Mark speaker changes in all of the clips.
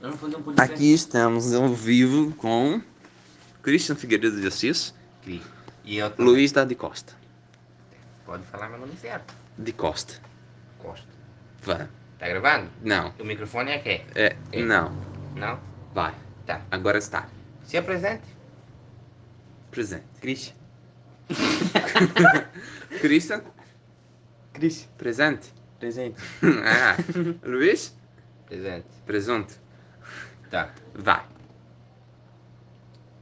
Speaker 1: Vamos fazer um podcast.
Speaker 2: Aqui estamos ao vivo com Christian Figueiredo de Assis,
Speaker 1: Cri. E eu também.
Speaker 2: Luiz da de Costa.
Speaker 1: Pode falar meu nome certo.
Speaker 2: De Costa.
Speaker 1: Costa.
Speaker 2: Vai.
Speaker 1: Tá gravando?
Speaker 2: Não.
Speaker 1: O microfone é aqui.
Speaker 2: É,
Speaker 1: É.
Speaker 2: não.
Speaker 1: Não?
Speaker 2: Vai.
Speaker 1: Tá.
Speaker 2: Agora está.
Speaker 1: Se apresente.
Speaker 2: Presente.
Speaker 1: Cris.
Speaker 2: Christian,
Speaker 3: Cris,
Speaker 2: presente.
Speaker 3: presente.
Speaker 2: ah. Luiz,
Speaker 1: Presente.
Speaker 2: presunto.
Speaker 1: Tá.
Speaker 2: Vai.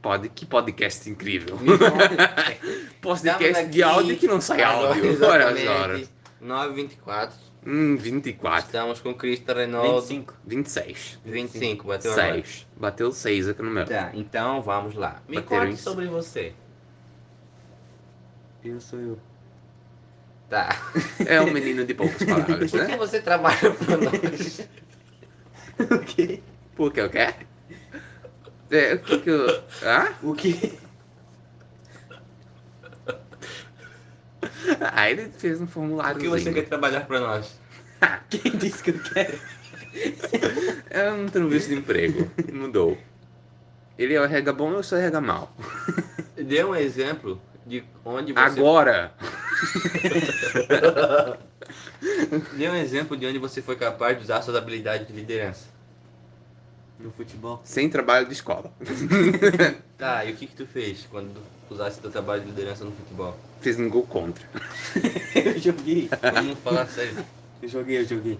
Speaker 2: Pode, que podcast incrível.
Speaker 1: Estamos
Speaker 2: podcast
Speaker 1: aqui-
Speaker 2: de áudio que não sai áudio.
Speaker 1: Agora,
Speaker 2: Horas, horas.
Speaker 1: 9h24.
Speaker 2: Hum, 24.
Speaker 1: Estamos com Cristo Reinaldo.
Speaker 3: 25.
Speaker 2: 26.
Speaker 1: 25, bateu agora.
Speaker 2: 6. Bateu é 6 aqui no meu.
Speaker 1: Tá, então vamos lá. Me
Speaker 2: Bateram
Speaker 1: conte
Speaker 2: isso.
Speaker 1: sobre você.
Speaker 3: Eu sou eu.
Speaker 1: Tá.
Speaker 2: É um menino de poucas palavras,
Speaker 1: Por que
Speaker 2: né?
Speaker 1: você trabalha pra nós?
Speaker 3: O quê?
Speaker 2: Por que eu quero? É, o que que eu... Hã?
Speaker 3: O quê?
Speaker 2: Aí ele fez um formulário.
Speaker 1: Por que você quer trabalhar pra nós?
Speaker 3: Quem disse que eu quero?
Speaker 2: É um entrevista de emprego. Mudou. Ele é o RH bom eu sou RH mal.
Speaker 1: Dê um exemplo de onde você
Speaker 2: Agora!
Speaker 1: Dê um exemplo de onde você foi capaz de usar suas habilidades de liderança.
Speaker 3: No futebol.
Speaker 2: Sem trabalho de escola.
Speaker 1: Tá, e o que que tu fez quando tu usasse teu trabalho de liderança no futebol?
Speaker 2: Fez um gol contra.
Speaker 3: Eu joguei.
Speaker 1: Vamos falar sério.
Speaker 3: Eu joguei, eu joguei.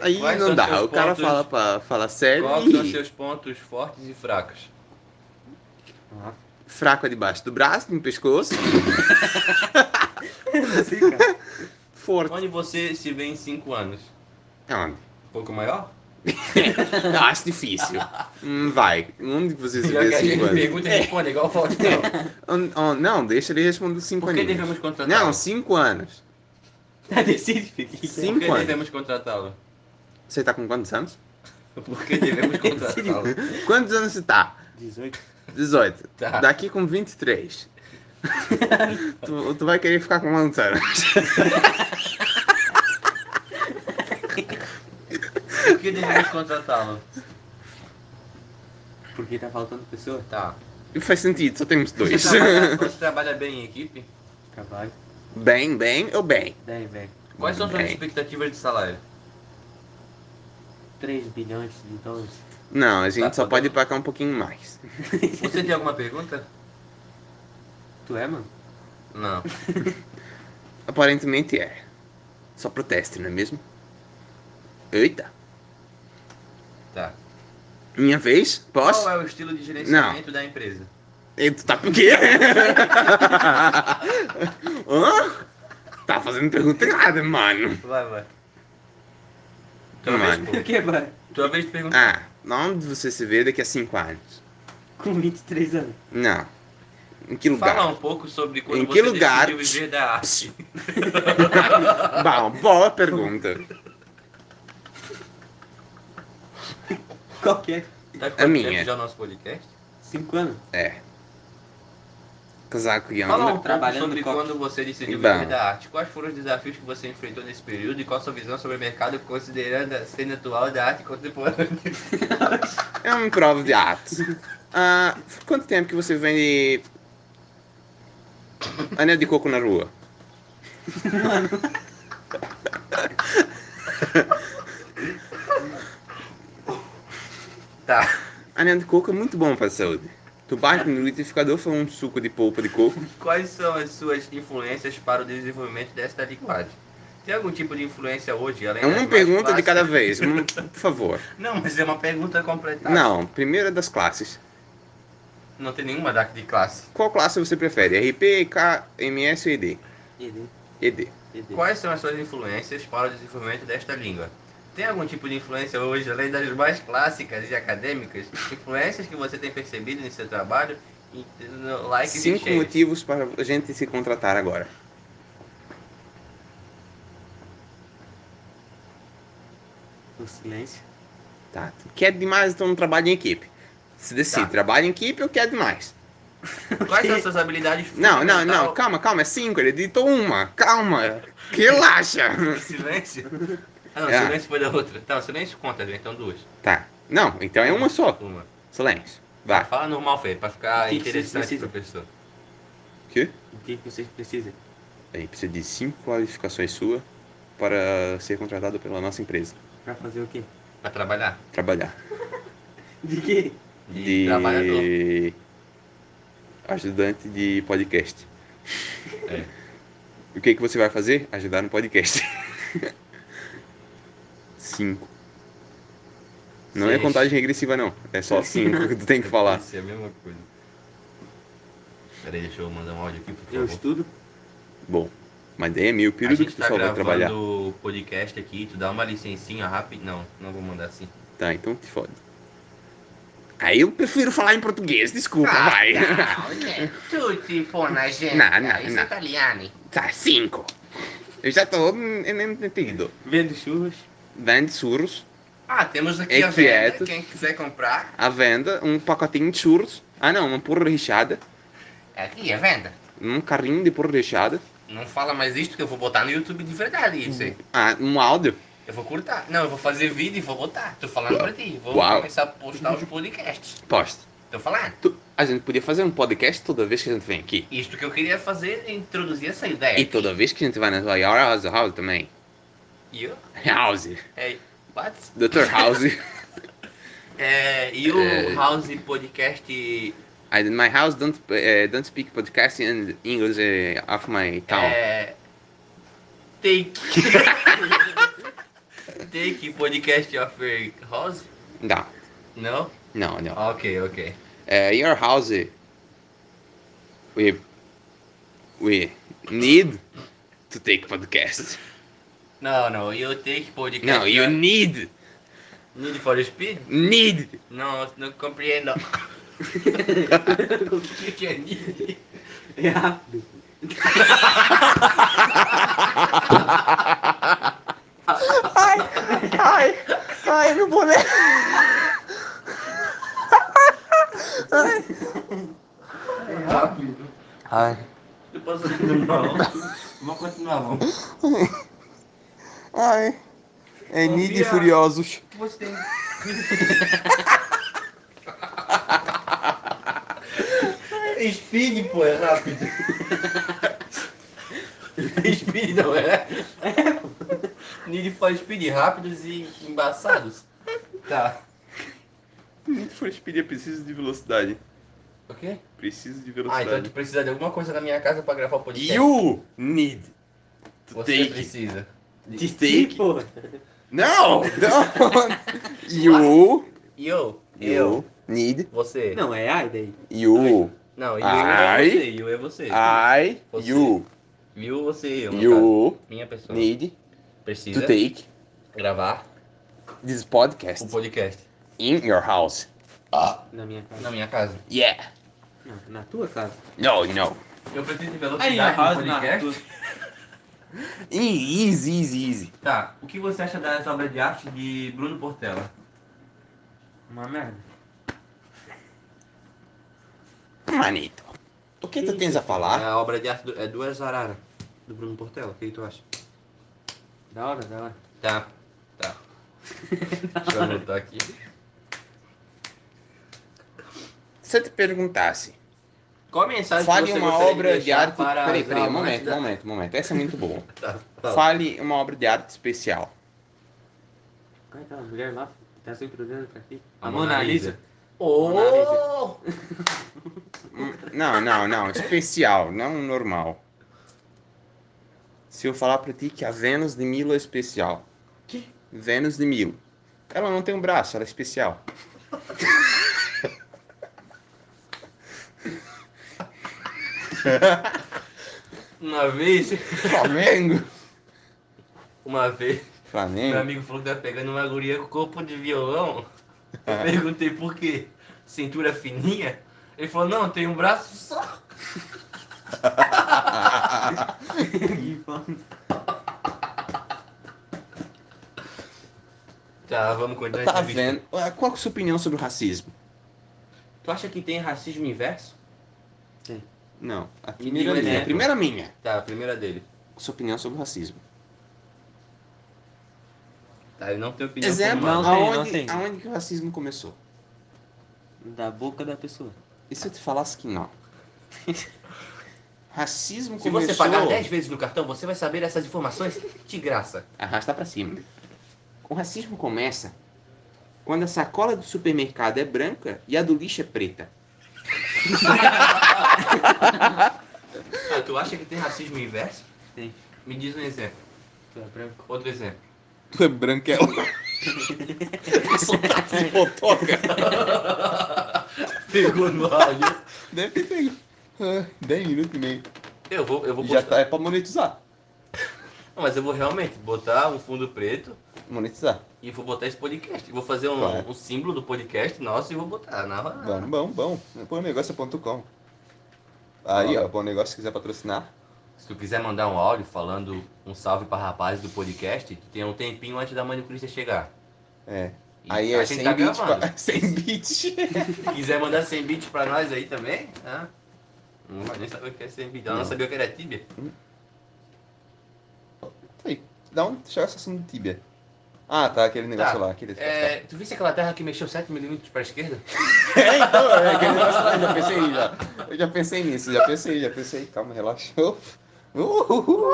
Speaker 2: Aí
Speaker 1: Quais
Speaker 2: não
Speaker 1: são
Speaker 2: dá.
Speaker 1: seus
Speaker 2: O cara
Speaker 1: pontos?
Speaker 2: fala, pra, fala sério
Speaker 1: Quais são
Speaker 2: e
Speaker 1: seus pontos fortes e fracos?
Speaker 3: Ah,
Speaker 2: fraco é debaixo do braço, no pescoço.
Speaker 3: não sei, cara.
Speaker 2: Forte.
Speaker 1: Onde você se vê em 5 anos?
Speaker 2: É onde?
Speaker 1: Um pouco maior?
Speaker 2: Eu acho difícil. Hum, vai. Onde você se
Speaker 1: Já que
Speaker 2: vê
Speaker 1: a gente
Speaker 2: cinco anos?
Speaker 1: pergunta e responde, é igual falta. Por
Speaker 2: Onde- onde- Não, deixa ele responder os cinco
Speaker 1: que
Speaker 2: aninhos.
Speaker 1: devemos contratá-lo?
Speaker 2: Não, cinco anos.
Speaker 3: Tá, decide,
Speaker 2: Sim.
Speaker 3: Felipe.
Speaker 1: Por que
Speaker 2: cinco anos.
Speaker 1: devemos contratá-lo?
Speaker 2: Você tá com quantos anos?
Speaker 1: Por que
Speaker 2: É
Speaker 1: devemos contratá-lo?
Speaker 2: Quantos anos você tá?
Speaker 3: 18.
Speaker 2: 18.
Speaker 1: Tá.
Speaker 2: Daqui com 23. tu, tu vai querer ficar com quantos anos?
Speaker 1: Por que devemos contratá-lo?
Speaker 3: Porque tá faltando pessoa?
Speaker 1: Tá.
Speaker 2: Não Faz sentido, só temos
Speaker 1: Você
Speaker 2: dois.
Speaker 1: trabalha, você trabalha bem em equipe?
Speaker 3: Trabalho.
Speaker 2: bem, bem ou bem?
Speaker 3: Daí, velho.
Speaker 1: Quais são suas
Speaker 2: Bem.
Speaker 1: expectativas de salário?
Speaker 3: 3 bilhões então, de dólares.
Speaker 2: Não, a gente
Speaker 1: Tá,
Speaker 2: só
Speaker 1: tá
Speaker 2: pode pagar um pouquinho mais.
Speaker 1: Você tem alguma pergunta?
Speaker 3: Tu é, mano?
Speaker 1: Não.
Speaker 2: Aparentemente é. Só protesto, não é mesmo? Eita.
Speaker 1: Tá.
Speaker 2: Minha vez? Posso?
Speaker 1: Qual é o estilo de gerenciamento da empresa?
Speaker 2: Ei, Tu tá com o quê? Hã? Tá fazendo pergunta errada, mano.
Speaker 1: Vai, vai. Tua
Speaker 2: Mano.
Speaker 1: vez,
Speaker 3: que, mano?
Speaker 1: pô. Tua vez de perguntar.
Speaker 2: Ah, onde você se vê daqui a 5 anos?
Speaker 3: Com 23 anos.
Speaker 2: Não. Em que lugar?
Speaker 1: Fala um pouco sobre quando
Speaker 2: Em
Speaker 1: você
Speaker 2: que lugar? É
Speaker 1: decidiu viver da arte.
Speaker 2: Bom, boa pergunta.
Speaker 3: Qual que é?
Speaker 1: Tá com
Speaker 2: A minha.
Speaker 1: tempo já o nosso podcast?
Speaker 3: 5 anos.
Speaker 2: É. Casaco e
Speaker 1: Fala um
Speaker 2: anda.
Speaker 1: pouco
Speaker 3: Trabalhando
Speaker 1: sobre
Speaker 3: com-
Speaker 1: quando você decidiu
Speaker 2: Bom.
Speaker 1: viver da arte. Quais foram os desafios que você enfrentou nesse período e qual a sua visão sobre o mercado considerando a cena atual da arte contemporânea?
Speaker 2: É uma prova de atos. Ah, por quanto tempo que você vende anel de coco na rua?
Speaker 1: Tá.
Speaker 2: Anel de coco é muito bom para a saúde. Tu bate no liquidificador faz um suco de polpa de coco.
Speaker 1: Quais são as suas influências para o desenvolvimento desta linguagem? Tem algum tipo de influência hoje? Além
Speaker 2: É
Speaker 1: das
Speaker 2: uma
Speaker 1: um mais
Speaker 2: pergunta de
Speaker 1: clássicas?
Speaker 2: cada vez, um- por favor.
Speaker 1: Não, mas é uma pergunta completada.
Speaker 2: Não, primeira das classes.
Speaker 1: Não tem nenhuma DAC de classe.
Speaker 2: Qual classe você prefere? RP, K, MS ou ED?
Speaker 3: ED.
Speaker 2: ED.
Speaker 3: ED.
Speaker 1: Quais são as suas influências para o desenvolvimento desta língua? Tem algum tipo de influência hoje, além das mais clássicas e acadêmicas? Influências que você tem percebido em seu trabalho? E, no- Likes e
Speaker 2: Cinco
Speaker 1: shares.
Speaker 2: motivos para a gente se contratar agora.
Speaker 3: O silêncio.
Speaker 2: Tá. Quer demais, então não trabalha em equipe. Se decide,
Speaker 1: Tá.
Speaker 2: trabalha em equipe ou quer demais?
Speaker 1: Quais são as suas habilidades
Speaker 2: Não, não,
Speaker 1: fundamental-
Speaker 2: não, calma, calma, é cinco, ele editou uma, calma, relaxa.
Speaker 1: Silêncio. Ah, não,
Speaker 2: É.
Speaker 1: silêncio foi da outra. Tá, o silêncio conta, gente, então duas.
Speaker 2: Tá. Não, então é uma só.
Speaker 1: Uma.
Speaker 2: Silêncio. Vai.
Speaker 1: Fala normal, Fê, pra ficar
Speaker 3: O que que
Speaker 1: interessante
Speaker 3: vocês
Speaker 1: pro professor.
Speaker 2: O quê?
Speaker 3: O que que vocês precisam?
Speaker 2: Aí precisa de cinco qualificações suas para ser contratado pela nossa empresa.
Speaker 3: Pra fazer o quê?
Speaker 1: Pra trabalhar.
Speaker 2: Trabalhar.
Speaker 3: De quê?
Speaker 1: De trabalhador.
Speaker 2: de... Ajudante de podcast.
Speaker 1: É.
Speaker 2: O que, que você vai fazer? Ajudar no podcast. cinco. Não é
Speaker 1: Seis.
Speaker 2: contagem regressiva, não. É só cinco que tu tem que falar.
Speaker 1: Isso é a mesma coisa. Peraí, deixa eu mandar um áudio aqui, por favor.
Speaker 3: Eu estudo?
Speaker 2: Bom, mas daí é meio
Speaker 1: a
Speaker 2: período
Speaker 1: gente
Speaker 2: que tu
Speaker 1: tá
Speaker 2: só vai trabalhar.
Speaker 1: gravando o podcast aqui, tu dá uma licencinha rápida. Não, não vou mandar assim.
Speaker 2: Tá, então te fode. Aí eu prefiro falar em português, desculpa,
Speaker 1: Ah.
Speaker 2: vai.
Speaker 1: Tutti tipo, né, gente.
Speaker 2: Não, não, Isso é não.
Speaker 1: italiano.
Speaker 2: Tá, cinco. Eu já tô hum, entendido.
Speaker 3: Vendo churros?
Speaker 2: Vende churros,
Speaker 1: Ah, temos aqui a
Speaker 2: Equietos.
Speaker 1: venda, quem quiser comprar.
Speaker 2: à venda, um pacotinho de churros. Ah não, uma porra recheada.
Speaker 1: É Aqui, a venda.
Speaker 2: Um carrinho de porra recheada.
Speaker 1: Não fala mais isso que eu vou botar no YouTube de verdade isso aí.
Speaker 2: Ah, um áudio.
Speaker 1: Eu vou cortar. Não, eu vou fazer vídeo e vou botar. Tô falando pra ti. Vou
Speaker 2: Uau.
Speaker 1: começar a postar os podcasts.
Speaker 2: Posta.
Speaker 1: Tô falando.
Speaker 2: Tu- a gente podia fazer um podcast toda vez que a gente vem aqui.
Speaker 1: Isto que eu queria fazer é introduzir essa ideia.
Speaker 2: E toda vez que a gente vai na tua house, house também.
Speaker 1: E eu?
Speaker 2: House.
Speaker 1: É, what?
Speaker 2: Dr. House.
Speaker 1: É, e o
Speaker 2: É.
Speaker 1: House Podcast.
Speaker 2: I, my house don't, eh, don't speak podcast in English eh, of my town.
Speaker 1: É, take. take Podcast of your House?
Speaker 2: Não,
Speaker 1: Não?
Speaker 2: não, não.
Speaker 1: Ok, ok.
Speaker 2: Uh, your house, we we need to take podcast.
Speaker 1: Não, não, you take podcast.
Speaker 2: No, you need
Speaker 1: Need for Speed?
Speaker 2: need.
Speaker 1: Não, não compreendo. o que que é need?
Speaker 3: É rápido.
Speaker 2: Ai, ai, ai, meu boneco.
Speaker 3: É rápido.
Speaker 2: Ai,
Speaker 1: Eu posso continuar?
Speaker 3: Vamos continuar, vamos.
Speaker 2: ai. É
Speaker 1: Need e
Speaker 2: Furiosos.
Speaker 1: Você tem. Speed, pô, é rápido. Speed não é? Need for Speed rápidos e embaçados. Tá.
Speaker 2: Need for Speed, eu preciso de velocidade.
Speaker 1: O quê?
Speaker 2: Preciso de
Speaker 1: Ah, então tu
Speaker 2: velocidade.
Speaker 1: precisa de alguma coisa na minha casa pra gravar o podcast.
Speaker 2: you need to
Speaker 1: né? Você
Speaker 2: take.
Speaker 1: precisa.
Speaker 2: to
Speaker 3: Ih,
Speaker 2: take.
Speaker 3: pô.
Speaker 2: Não, não. you,
Speaker 1: Yo, eu,
Speaker 2: you need
Speaker 1: você.
Speaker 3: Não, é ai daí.
Speaker 2: you.
Speaker 1: Não, you
Speaker 2: Ai.
Speaker 1: é você, you é você.
Speaker 2: I,
Speaker 1: Você.
Speaker 2: you,
Speaker 1: You, você e eu. no caso.
Speaker 2: you
Speaker 1: Minha pessoa.
Speaker 2: need to
Speaker 1: Precisa
Speaker 2: take
Speaker 1: gravar
Speaker 2: this
Speaker 1: o
Speaker 2: podcast
Speaker 1: podcast
Speaker 2: in your house.
Speaker 3: Na minha casa.
Speaker 1: na minha casa.
Speaker 2: Yeah.
Speaker 3: Não, na tua casa.
Speaker 2: No, no.
Speaker 1: Eu preciso de
Speaker 3: Aí,
Speaker 1: velocidade
Speaker 3: na
Speaker 1: no
Speaker 3: casa, na
Speaker 1: podcast.
Speaker 3: tua.
Speaker 2: Easy, easy, easy.
Speaker 1: Tá, o que você acha das obras de arte de Bruno Portela?
Speaker 3: Uma merda.
Speaker 2: Manito. O que tu tens a falar?
Speaker 1: a obra de arte do, é Duas Araras, do Bruno Portela. O que tu acha?
Speaker 3: Da hora, da hora.
Speaker 1: Tá, tá. Deixa eu anotar aqui.
Speaker 2: Se eu te perguntasse,
Speaker 1: Qual a mensagem
Speaker 2: fale
Speaker 1: que você
Speaker 2: uma
Speaker 1: gostaria
Speaker 2: obra de
Speaker 1: deixar
Speaker 2: arte.
Speaker 1: para
Speaker 2: Peraí,
Speaker 1: as
Speaker 2: peraí, um
Speaker 1: amantes
Speaker 2: momento,
Speaker 1: da-
Speaker 2: momento, momento. Essa é muito boa.
Speaker 1: Tá, fala.
Speaker 2: Fale uma obra de arte especial.
Speaker 3: Qual é aquela mulher lá que tá sempre olhando pra ti?
Speaker 1: A
Speaker 3: A,
Speaker 1: Mona
Speaker 3: Mona, Lisa.
Speaker 1: Ô!
Speaker 2: Hum, Não, não, não. Especial, não normal. Se eu falar pra ti que a Vênus de Milo é especial.
Speaker 3: Que?
Speaker 2: Vênus de Milo. Ela não tem um braço, ela é especial.
Speaker 1: Uma vez,
Speaker 2: Flamengo?
Speaker 1: uma vez, meu
Speaker 2: Flamengo?
Speaker 1: amigo falou que tava pegando uma guria com corpo de violão.
Speaker 2: É.
Speaker 1: Eu perguntei por quê? Cintura fininha? Ele falou, não, tem um braço só.
Speaker 2: Tá
Speaker 3: Que foda.
Speaker 1: Tá, vamos continuar essa
Speaker 2: Tá
Speaker 1: entrevista.
Speaker 2: vendo? Ué, Qual é a sua opinião sobre o racismo?
Speaker 1: Tu acha que tem racismo inverso?
Speaker 2: Não. A
Speaker 1: Me
Speaker 2: primeira
Speaker 1: diga,
Speaker 2: minha.
Speaker 1: né?
Speaker 2: A primeira minha.
Speaker 1: Tá, a primeira dele.
Speaker 2: Sua opinião sobre o racismo.
Speaker 1: tá? Ele não tem opinião
Speaker 2: é
Speaker 4: Exemplo,
Speaker 1: formada.
Speaker 3: Não tem, não
Speaker 4: aonde,
Speaker 3: tem.
Speaker 4: aonde que o racismo começou?
Speaker 3: Da boca da pessoa.
Speaker 4: E se eu te falasse que não? racismo
Speaker 1: Se
Speaker 4: começou...
Speaker 1: você pagar 10 vezes no cartão, você vai saber essas informações de graça.
Speaker 4: Arrasta pra cima. O racismo começa quando a sacola do supermercado é branca e a do lixo é preta.
Speaker 1: Ah, tu acha que tem racismo inverso?
Speaker 3: Tem.
Speaker 1: Me diz um exemplo.
Speaker 3: Tu é branco.
Speaker 1: Outro exemplo.
Speaker 4: Tu é branquela. Sotaque de motoca.
Speaker 1: Pegou no áudio.
Speaker 4: Deve ter pego.
Speaker 2: É,
Speaker 4: 10 minutos e meio.
Speaker 1: Eu vou, eu vou
Speaker 4: Já
Speaker 1: postar.
Speaker 4: tá, é pra monetizar.
Speaker 1: Não, mas eu vou realmente botar um fundo preto
Speaker 4: Monetizar.
Speaker 1: e vou botar esse podcast. Vou fazer um,
Speaker 4: Claro.
Speaker 1: um símbolo do podcast nosso e vou botar na
Speaker 2: Bom, bom, bom. Bonegócio.com. é Aí, ó, bom negócio se quiser patrocinar.
Speaker 1: Se tu quiser mandar um áudio falando um salve pra rapazes do podcast, tu tem um tempinho antes da manicurista chegar.
Speaker 2: É.
Speaker 1: E
Speaker 2: Aí
Speaker 1: a
Speaker 2: é
Speaker 1: gente
Speaker 2: 100
Speaker 1: tá
Speaker 2: bits.
Speaker 1: gravando.
Speaker 2: pra- 100 bits.
Speaker 1: Se quiser mandar 100 bits pra nós aí também, ah, não vai nem saber o que é 100 bits. Ela não, sabia o que era tibia.
Speaker 2: Dá um chega esse assunto do Tibia. Ah, tá, aquele negócio
Speaker 1: Tá.
Speaker 2: lá. Aquele...
Speaker 1: É, tu viste aquela terra que mexeu 7 milímetros pra esquerda?
Speaker 2: É, então, é aquele negócio lá, eu já pensei já. Eu já pensei nisso, já pensei, já pensei. Calma, relaxou. Uhuhu.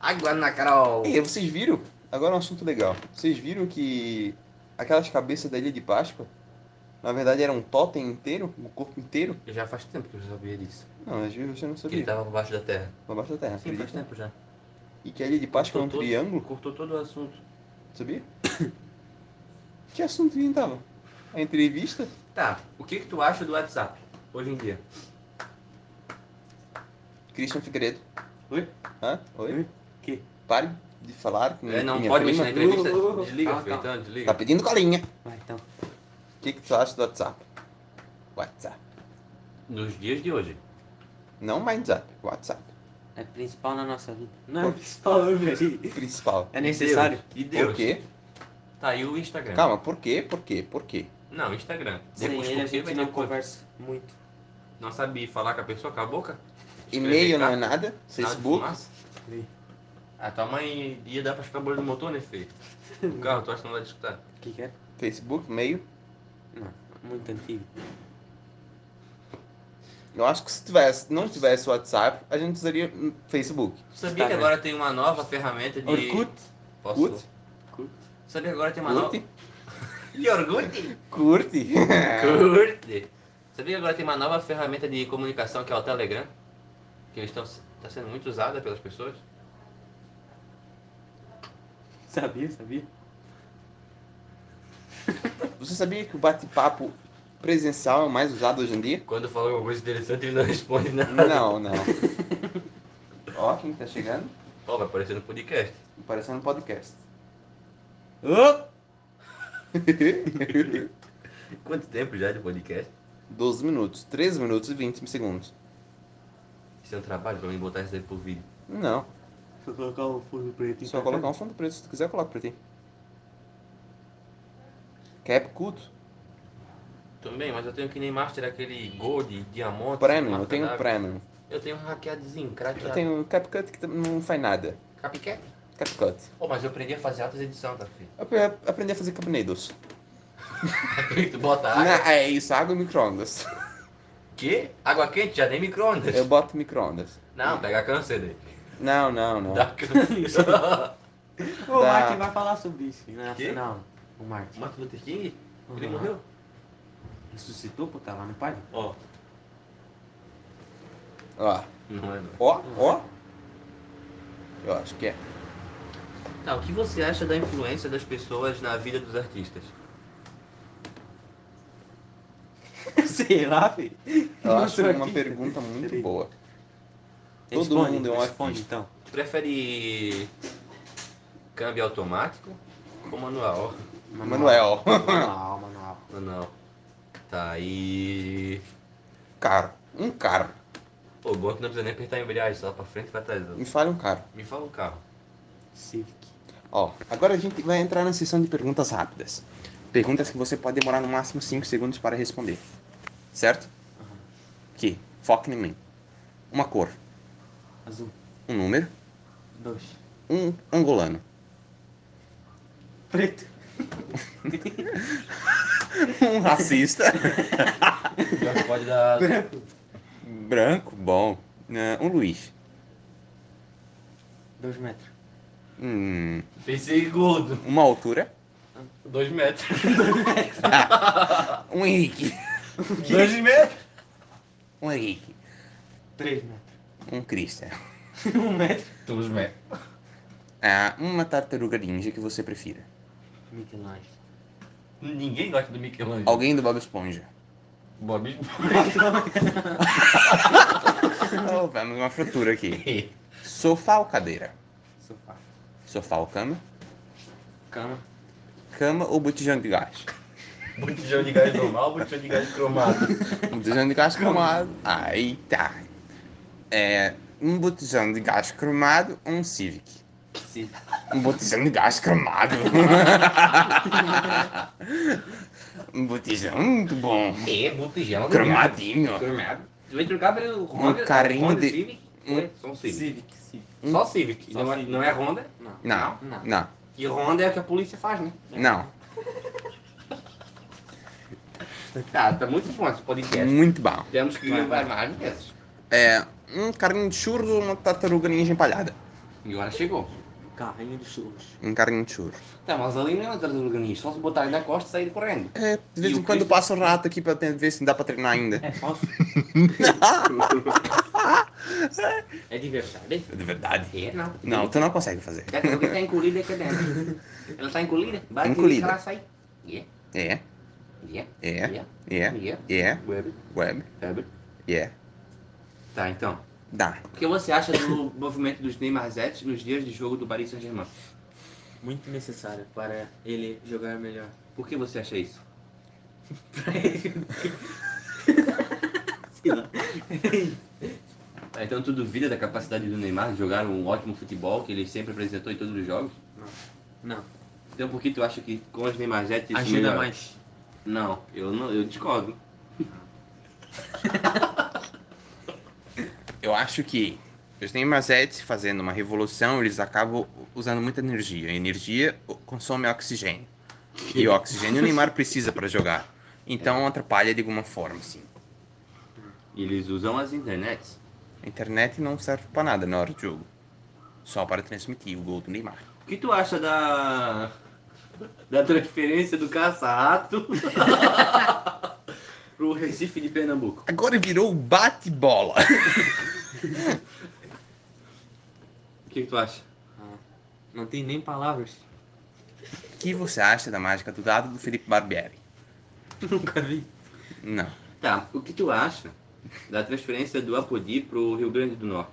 Speaker 1: Água na Carol!
Speaker 2: E vocês viram? Agora um assunto legal. Vocês viram que aquelas cabeças da Ilha de Páscoa, na verdade era um totem inteiro, um corpo inteiro?
Speaker 1: Eu já faz tempo que eu sabia disso.
Speaker 2: Não, às vezes você não
Speaker 1: Que tá. ele
Speaker 2: sabia.
Speaker 1: tava por baixo da terra.
Speaker 2: Abaixo da terra,
Speaker 1: Sim, faz
Speaker 2: acredita?
Speaker 1: tempo já.
Speaker 2: E que a Ilha de Páscoa é um
Speaker 1: Cortou todo-
Speaker 2: triângulo,
Speaker 1: Cortou todo o assunto.
Speaker 2: sabia? que assunto que tava? A entrevista?
Speaker 1: Tá, o que que tu acha do WhatsApp hoje em dia?
Speaker 2: Christian Figueiredo.
Speaker 3: Oi?
Speaker 2: Hã? Oi?
Speaker 3: Oi? Que?
Speaker 2: Pare de falar com
Speaker 1: É, não
Speaker 2: minha
Speaker 1: pode
Speaker 2: prima.
Speaker 1: mexer na entrevista.
Speaker 3: Uh, uh, uh.
Speaker 1: Desliga,
Speaker 3: Calma,
Speaker 1: Fê,
Speaker 3: calma.
Speaker 1: então,
Speaker 2: Tá
Speaker 1: desliga.
Speaker 2: pedindo colinha.
Speaker 3: Vai então.
Speaker 2: O que, que tu acha do WhatsApp? WhatsApp.
Speaker 1: Nos dias de hoje.
Speaker 2: Não WhatsApp, WhatsApp.
Speaker 3: É principal na nossa vida. Não é principal, velho.
Speaker 2: Principal.
Speaker 3: É necessário.
Speaker 1: E Deus.
Speaker 2: Por quê?
Speaker 1: Tá aí o Instagram.
Speaker 2: Calma, por quê? Por quê? Por quê?
Speaker 1: Não, o Instagram.
Speaker 3: Sem
Speaker 1: Depois
Speaker 3: ele a
Speaker 1: por quê
Speaker 3: gente
Speaker 1: vai
Speaker 3: não
Speaker 1: depois.
Speaker 3: conversa muito.
Speaker 1: Não sabia falar com a pessoa com a boca?
Speaker 2: E-mail
Speaker 1: Escrever
Speaker 2: não é
Speaker 1: carta?
Speaker 2: nada.
Speaker 1: Nada de
Speaker 2: Facebook.
Speaker 1: fumaça? A Ah, tua mãe ia dar pra ficar bolando no motor, né, Fê? O carro, tu acha que não vai escutar?
Speaker 3: O que, que é?
Speaker 2: Facebook, e-mail.
Speaker 3: Não, muito antigo.
Speaker 2: Eu acho que se tivesse, não tivesse WhatsApp, a gente usaria hum, Facebook.
Speaker 1: Tu sabia que
Speaker 3: Instagram.
Speaker 1: agora tem uma nova ferramenta de...
Speaker 3: Orkut?
Speaker 1: Posso?
Speaker 2: Orkut?
Speaker 3: Orkut.
Speaker 1: Sabia que agora tem uma nova...
Speaker 2: Curte.
Speaker 1: E Orkut?
Speaker 2: Curte.
Speaker 1: Curte! Sabia que agora tem uma nova ferramenta de comunicação que é o Telegram? Que eles estão... Tá sendo muito usada pelas pessoas.
Speaker 3: Sabia, sabia?
Speaker 2: Você sabia que o bate-papo presencial é o mais usado hoje em dia?
Speaker 1: Quando fala alguma coisa interessante, ele não responde nada.
Speaker 2: Não, não. Ó, quem tá chegando?
Speaker 1: Ó, vai aparecer no podcast.
Speaker 2: Aparecendo no podcast.
Speaker 3: Ô!
Speaker 1: Quanto tempo já de podcast?
Speaker 2: 12 minutos, 13 minutos e 20 segundos.
Speaker 1: Isso é um trabalho pra mim botar isso aí pro vídeo.
Speaker 2: Não,
Speaker 3: Só colocar um fundo preto em
Speaker 2: só colocar um fundo preto. Se tu quiser, eu coloco pra ti. Capcut?
Speaker 1: Também, mas eu tenho que nem master aquele gold, diamante.
Speaker 2: Premium,
Speaker 1: marca
Speaker 2: eu tenho um
Speaker 1: d'água.
Speaker 2: Premium.
Speaker 1: Eu tenho um hackeadozinho,
Speaker 2: Eu
Speaker 1: craqueado.
Speaker 2: tenho CapCut que tam- não faz nada.
Speaker 1: Capcat?
Speaker 2: CapCut.
Speaker 1: Oh, mas eu aprendi a fazer altas edição, tá, filho?
Speaker 2: Eu pe- aprendi a fazer capnedos.
Speaker 1: tu bota água.
Speaker 2: Ah, é isso, água e micro-ondas.
Speaker 1: Quê? Água quente, já nem micro-ondas.
Speaker 2: Eu boto micro-ondas.
Speaker 1: Não, pega câncer dele.
Speaker 2: Não, não, não.
Speaker 1: Dá
Speaker 2: um
Speaker 1: câncer.
Speaker 3: O
Speaker 2: Tá.
Speaker 3: Martin vai falar sobre isso. Na
Speaker 1: Quê?
Speaker 3: final. O Martin.
Speaker 1: Martin Luther King? Ele
Speaker 3: Uhum.
Speaker 1: morreu?
Speaker 3: Ressuscitou, pô, tá lá no pai.
Speaker 1: Ó.
Speaker 2: Ó,
Speaker 1: Não é, não.
Speaker 2: ó, ó. Eu acho que é.
Speaker 1: Tá, o que você acha da influência das pessoas na vida dos artistas?
Speaker 3: Sei lá, filho.
Speaker 2: Eu acho uma pergunta muito boa. Todo
Speaker 3: Responde,
Speaker 2: mundo é um
Speaker 3: responde
Speaker 2: artista.
Speaker 3: então.
Speaker 1: Tu prefere câmbio automático ou manual?
Speaker 2: Manuel.
Speaker 3: Manual, manual.
Speaker 1: Manual. Tá, e...
Speaker 2: Caro. Um caro.
Speaker 1: Pô, bom que não precisa nem apertar a embreagem, só pra frente e pra trás.
Speaker 2: Me fale um caro.
Speaker 1: Me fala um carro.
Speaker 3: Civic.
Speaker 2: Ó, agora a gente vai entrar na sessão de perguntas rápidas. Perguntas que você pode demorar no máximo 5 segundos para responder. Certo? Aqui, foque em mim. Uma cor,
Speaker 3: Azul.
Speaker 2: um número,
Speaker 3: Dois.
Speaker 2: um angolano.
Speaker 3: preto.
Speaker 2: Um racista.
Speaker 1: Pior que pode dar.
Speaker 2: Branco, bom. Ah, Um Luiz.
Speaker 3: Dois metros.
Speaker 2: Hum,
Speaker 1: Pensei gordo.
Speaker 2: uma altura.
Speaker 1: Dois metros.
Speaker 2: Um Henrique.
Speaker 1: Dois metros?
Speaker 2: Um Henrique.
Speaker 3: Três metros.
Speaker 2: Um Christian.
Speaker 3: Um metro.
Speaker 1: Dois metros.
Speaker 2: Ah, uma tartaruga ninja que você prefira.
Speaker 3: Michelangelo.
Speaker 1: Ninguém gosta do Michelangelo.
Speaker 2: Alguém do Bob Esponja.
Speaker 1: Bob Esponja.
Speaker 2: Oh, vamos uma fratura aqui. Sofá ou cadeira?
Speaker 3: Sofá.
Speaker 2: Sofá ou cama?
Speaker 3: Cama.
Speaker 2: Cama ou botijão de gás?
Speaker 1: Botijão de gás normal, botijão de gás cromado.
Speaker 2: Um botijão de gás cromado. Aí tá. É, um botijão de gás cromado ou um Civic?
Speaker 3: Sim.
Speaker 2: Um botijão de gás cromado. um botijão muito bom.
Speaker 1: É, botijão.
Speaker 2: Cromadinho.
Speaker 1: Cromado. Tu vem trocar pelo Honda.
Speaker 2: carrinho
Speaker 1: Honda
Speaker 2: de-
Speaker 1: Civic?
Speaker 2: um-
Speaker 1: É, Só um Civic.
Speaker 3: Civic, Civic.
Speaker 1: Só Civic.
Speaker 3: Só
Speaker 1: não, É,
Speaker 3: Civic.
Speaker 1: não é Honda?
Speaker 3: Não.
Speaker 2: Não,
Speaker 3: Não.
Speaker 2: não,
Speaker 1: E Honda é o que a polícia faz, né?
Speaker 2: não.
Speaker 1: Tá, tá muito bom esse podcast.
Speaker 2: Muito bom.
Speaker 1: Temos que
Speaker 3: Vai, vai.
Speaker 1: levar mais vezes.
Speaker 2: É, um carrinho de churros ou uma tartaruga ninja empalhada?
Speaker 1: E agora chegou.
Speaker 3: Carrinho de churros.
Speaker 2: Um carrinho de churros.
Speaker 1: Tá, mas ali não é atrás do organismo. Só se botar ele na costa e sair correndo.
Speaker 2: É, de vez
Speaker 1: E
Speaker 2: em
Speaker 1: o
Speaker 2: quando
Speaker 1: Christian?
Speaker 2: passa um rato aqui pra te- ver se dá pra treinar ainda.
Speaker 3: É, posso?
Speaker 1: É de verdade?
Speaker 2: De verdade.
Speaker 1: É, não.
Speaker 2: Não, tu não consegue fazer.
Speaker 1: Ela tá encolhida aqui dentro. Ela tá encolhida. Bate
Speaker 2: Encolhida.
Speaker 1: e ela sai. Yeah,
Speaker 2: É,
Speaker 1: yeah,
Speaker 2: é,
Speaker 1: yeah,
Speaker 2: é,
Speaker 1: yeah.
Speaker 2: é,
Speaker 1: Web,
Speaker 2: web,
Speaker 1: web.
Speaker 2: é.
Speaker 1: Tá, então.
Speaker 2: Dá.
Speaker 1: O que você acha do movimento dos Neymar Zets nos dias de jogo do Paris Saint-Germain?
Speaker 3: Muito necessário para ele jogar melhor.
Speaker 1: Por que você acha isso?
Speaker 3: Pra ele. Sei lá.
Speaker 1: Tá, então tu duvida da capacidade do Neymar de jogar um ótimo futebol que ele sempre apresentou em todos os jogos?
Speaker 3: Não.
Speaker 1: Então por que tu acha que com os Neymar Zets isso
Speaker 3: Ajuda
Speaker 1: melhora?
Speaker 3: mais.
Speaker 1: Não, eu não, eu discordo.
Speaker 2: Eu acho que os Neymar Zets fazendo uma revolução, eles acabam usando muita energia. A energia o- consome oxigênio. E o oxigênio o Neymar precisa pra jogar. Então atrapalha de alguma forma, assim.
Speaker 1: Eles usam as internets.
Speaker 2: A internet não serve pra nada na hora do jogo. Só para transmitir o gol do Neymar.
Speaker 1: O que tu acha da da transferência do caça-rato pro Recife de Pernambuco?
Speaker 2: Agora virou o bate-bola.
Speaker 1: O que, que tu acha?
Speaker 3: Ah, não tem nem palavras.
Speaker 2: O que você acha da mágica do dado do Felipe Barbieri?
Speaker 3: Nunca vi.
Speaker 2: Não.
Speaker 1: Tá, o que tu acha da transferência do Apodi pro Rio Grande do Norte?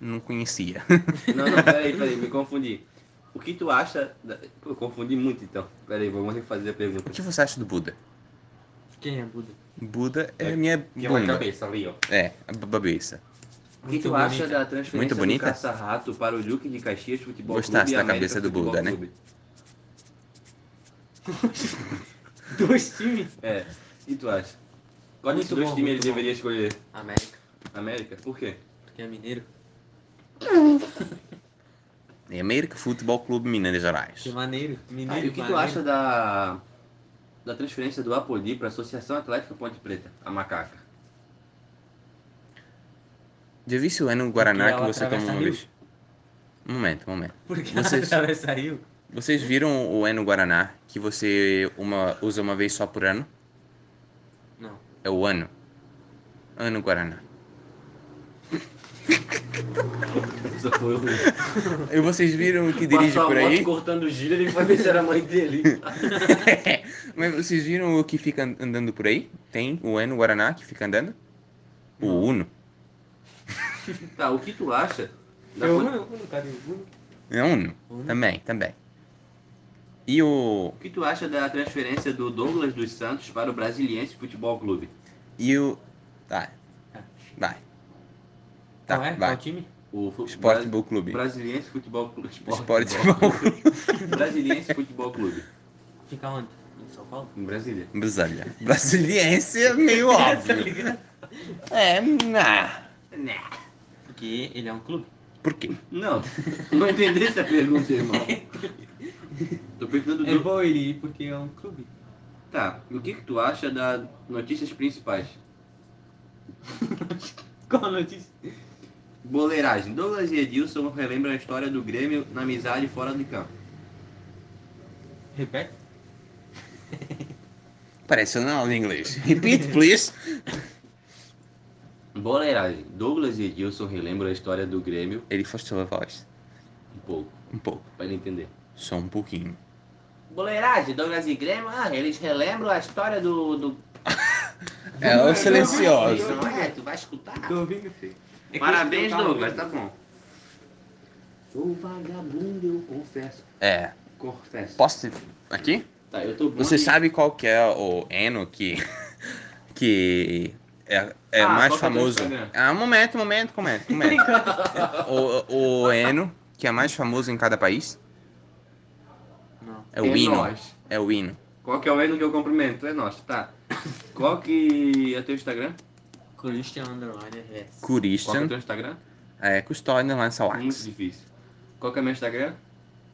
Speaker 2: Não conhecia.
Speaker 1: Não, não, peraí, peraí, me confundi. O que tu acha da... Pô, eu confundi muito então. Peraí, vamos refazer a
Speaker 2: O
Speaker 1: pergunta.
Speaker 2: que você acha do Buda?
Speaker 3: Quem é Buda?
Speaker 2: Buda é a minha
Speaker 1: Que é uma
Speaker 2: bunda.
Speaker 1: cabeça ali, ó.
Speaker 2: É, a b- cabeça.
Speaker 1: O que tu
Speaker 3: bonita.
Speaker 1: acha da transferência
Speaker 2: Muito
Speaker 1: do
Speaker 2: bonita?
Speaker 1: caça-rato para o Duque de Caxias Futebol Clube
Speaker 2: Gostasse
Speaker 1: e
Speaker 2: da
Speaker 1: América
Speaker 2: cabeça do
Speaker 1: Futebol
Speaker 2: Buda, né?
Speaker 1: Clube?
Speaker 3: Dois times?
Speaker 1: É. O que tu acha? Qual desses
Speaker 3: Muito
Speaker 1: dois
Speaker 3: bom,
Speaker 1: times
Speaker 3: muito
Speaker 1: ele
Speaker 3: bom.
Speaker 1: deveria escolher?
Speaker 3: América.
Speaker 1: América? Por quê?
Speaker 3: Porque é mineiro.
Speaker 2: É América Futebol Clube Minas Gerais.
Speaker 3: Que maneiro. Mineiro.
Speaker 1: e o que tu
Speaker 3: maneiro.
Speaker 1: acha da, da transferência do Apodi para a Associação Atlética Ponte Preta, a Macaca?
Speaker 2: Já vi se é no Guaraná
Speaker 3: Porque
Speaker 2: que
Speaker 3: ela
Speaker 2: você toma
Speaker 3: atravessa
Speaker 2: uma
Speaker 3: rio.
Speaker 2: vez? Um momento, um momento.
Speaker 3: Porque
Speaker 2: Vocês-
Speaker 3: ela atravessa rio.
Speaker 2: Vocês viram o Eno Guaraná que você uma, usa uma vez só por ano?
Speaker 3: Não.
Speaker 2: É o ano. Ano Guaraná.
Speaker 1: Isso foi ruim.
Speaker 2: E vocês viram que dirige
Speaker 1: Passou a
Speaker 2: por
Speaker 1: moto
Speaker 2: aí?
Speaker 1: cortando gíria, ele vai ver se era a mãe dele.
Speaker 2: Mas vocês viram o que fica an- andando por aí? Tem o Eno Guaraná que fica andando? O Uno.
Speaker 1: tá, o que tu acha? da
Speaker 3: Eu
Speaker 1: po-
Speaker 3: não, eu não, cara. eu não.
Speaker 2: É Uno.
Speaker 3: Uno.
Speaker 2: Também, também. E o.
Speaker 1: o que tu acha da transferência do Douglas dos Santos para o Brasiliense Futebol Clube?
Speaker 2: E o. Tá. Vai. Tá,
Speaker 3: Qual é?
Speaker 2: vai.
Speaker 3: Qual é? time?
Speaker 1: O fu-
Speaker 2: Esporte
Speaker 1: Bra-
Speaker 2: Bull Clube.
Speaker 1: Brasiliense Futebol Clube. Esporte
Speaker 2: Esporte
Speaker 1: Clube.
Speaker 2: Bull Clube.
Speaker 1: Brasiliense Futebol Clube,
Speaker 3: Fica onde? Em São Paulo?
Speaker 1: em Brasília.
Speaker 2: Brasília. Brasiliense é meio
Speaker 3: Tá
Speaker 2: óbvio. É, nah.
Speaker 3: Porque ele é um clube.
Speaker 2: Por quê?
Speaker 1: Não, não entendi essa pergunta, irmão. Tô preferindo
Speaker 3: É bom ele ir porque é um clube.
Speaker 1: Tá, e o que, que tu acha das notícias principais?
Speaker 3: Qual a notícia?
Speaker 1: Boleiragem. Douglas e Edilson relembram a história do Grêmio na amizade fora do campo.
Speaker 3: Repete?
Speaker 2: Parece uma aula de inglês. Repeat, please.
Speaker 1: Boleiragem. Douglas e Edilson relembram a história do Grêmio
Speaker 2: Ele forçou a voz.
Speaker 1: um pouco,
Speaker 2: Um pouco.
Speaker 1: pra ele entender.
Speaker 2: Só um pouquinho.
Speaker 1: Boleiragem, Douglas e Grêmio, ah, eles relembram a história do. do...
Speaker 2: É o silencioso.
Speaker 1: Não é, tu vai escutar.
Speaker 3: Tô ouvindo, filho.
Speaker 4: É que
Speaker 1: Parabéns,
Speaker 4: eu tava-
Speaker 1: Douglas,
Speaker 2: né?
Speaker 1: tá bom. Sou vagabundo, eu confesso.
Speaker 2: É.
Speaker 1: Confesso.
Speaker 2: Posso. te- Aqui?
Speaker 1: Tá, eu tô bom.
Speaker 2: Você sabe qual que é o Eno que. que. É, é
Speaker 3: Ah,
Speaker 2: mais
Speaker 3: qual que é o teu
Speaker 2: famoso.
Speaker 3: Instagram?
Speaker 2: Ah, um momento, um momento, comenta, comenta. o, o Eno, que é mais famoso em cada país.
Speaker 4: Não.
Speaker 2: É o Hino. É o Hino.
Speaker 1: Qual que é o hino que eu cumprimento? É nosso, tá. Qual que é teu Instagram?
Speaker 3: Christian Underline RS.
Speaker 1: Qual que é
Speaker 2: Christian.
Speaker 1: teu Instagram?
Speaker 2: É, custódio lá em
Speaker 1: Muito
Speaker 2: Salax.
Speaker 1: difícil. Qual que é meu Instagram?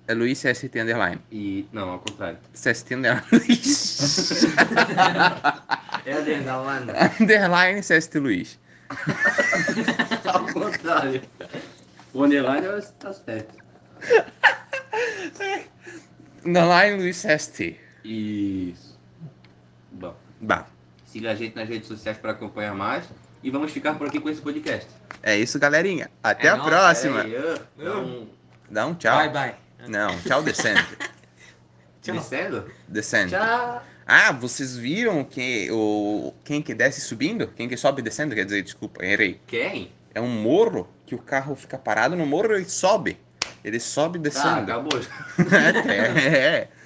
Speaker 2: É Luiz CST Underline.
Speaker 1: E. Não, ao contrário.
Speaker 2: CST Underline.
Speaker 1: É a da Lana.
Speaker 2: underline CST Luiz.
Speaker 1: ao contrário. O underline é o- tá certo.
Speaker 2: Underline Luiz CST.
Speaker 1: Isso. Bom,
Speaker 2: Bah,
Speaker 1: siga a gente nas redes sociais para acompanhar mais. E vamos ficar por aqui com esse podcast.
Speaker 2: é isso, galerinha. Até
Speaker 3: É
Speaker 2: a
Speaker 3: nóis,
Speaker 2: próxima.
Speaker 1: Peraí, ah, dá um-
Speaker 2: Dá um tchau.
Speaker 3: Bye, bye.
Speaker 2: Não, tchau, descendo.
Speaker 3: Tchau.
Speaker 1: Descendo?
Speaker 2: descendo.
Speaker 1: Tchau.
Speaker 2: Ah, vocês viram que o quem que desce subindo? Quem que sobe descendo? Quer dizer, desculpa, errei.
Speaker 1: Quem?
Speaker 2: É um morro que o carro fica parado no morro e sobe. Ele sobe
Speaker 1: Tá,
Speaker 2: descendo.
Speaker 1: acabou.
Speaker 2: é, é.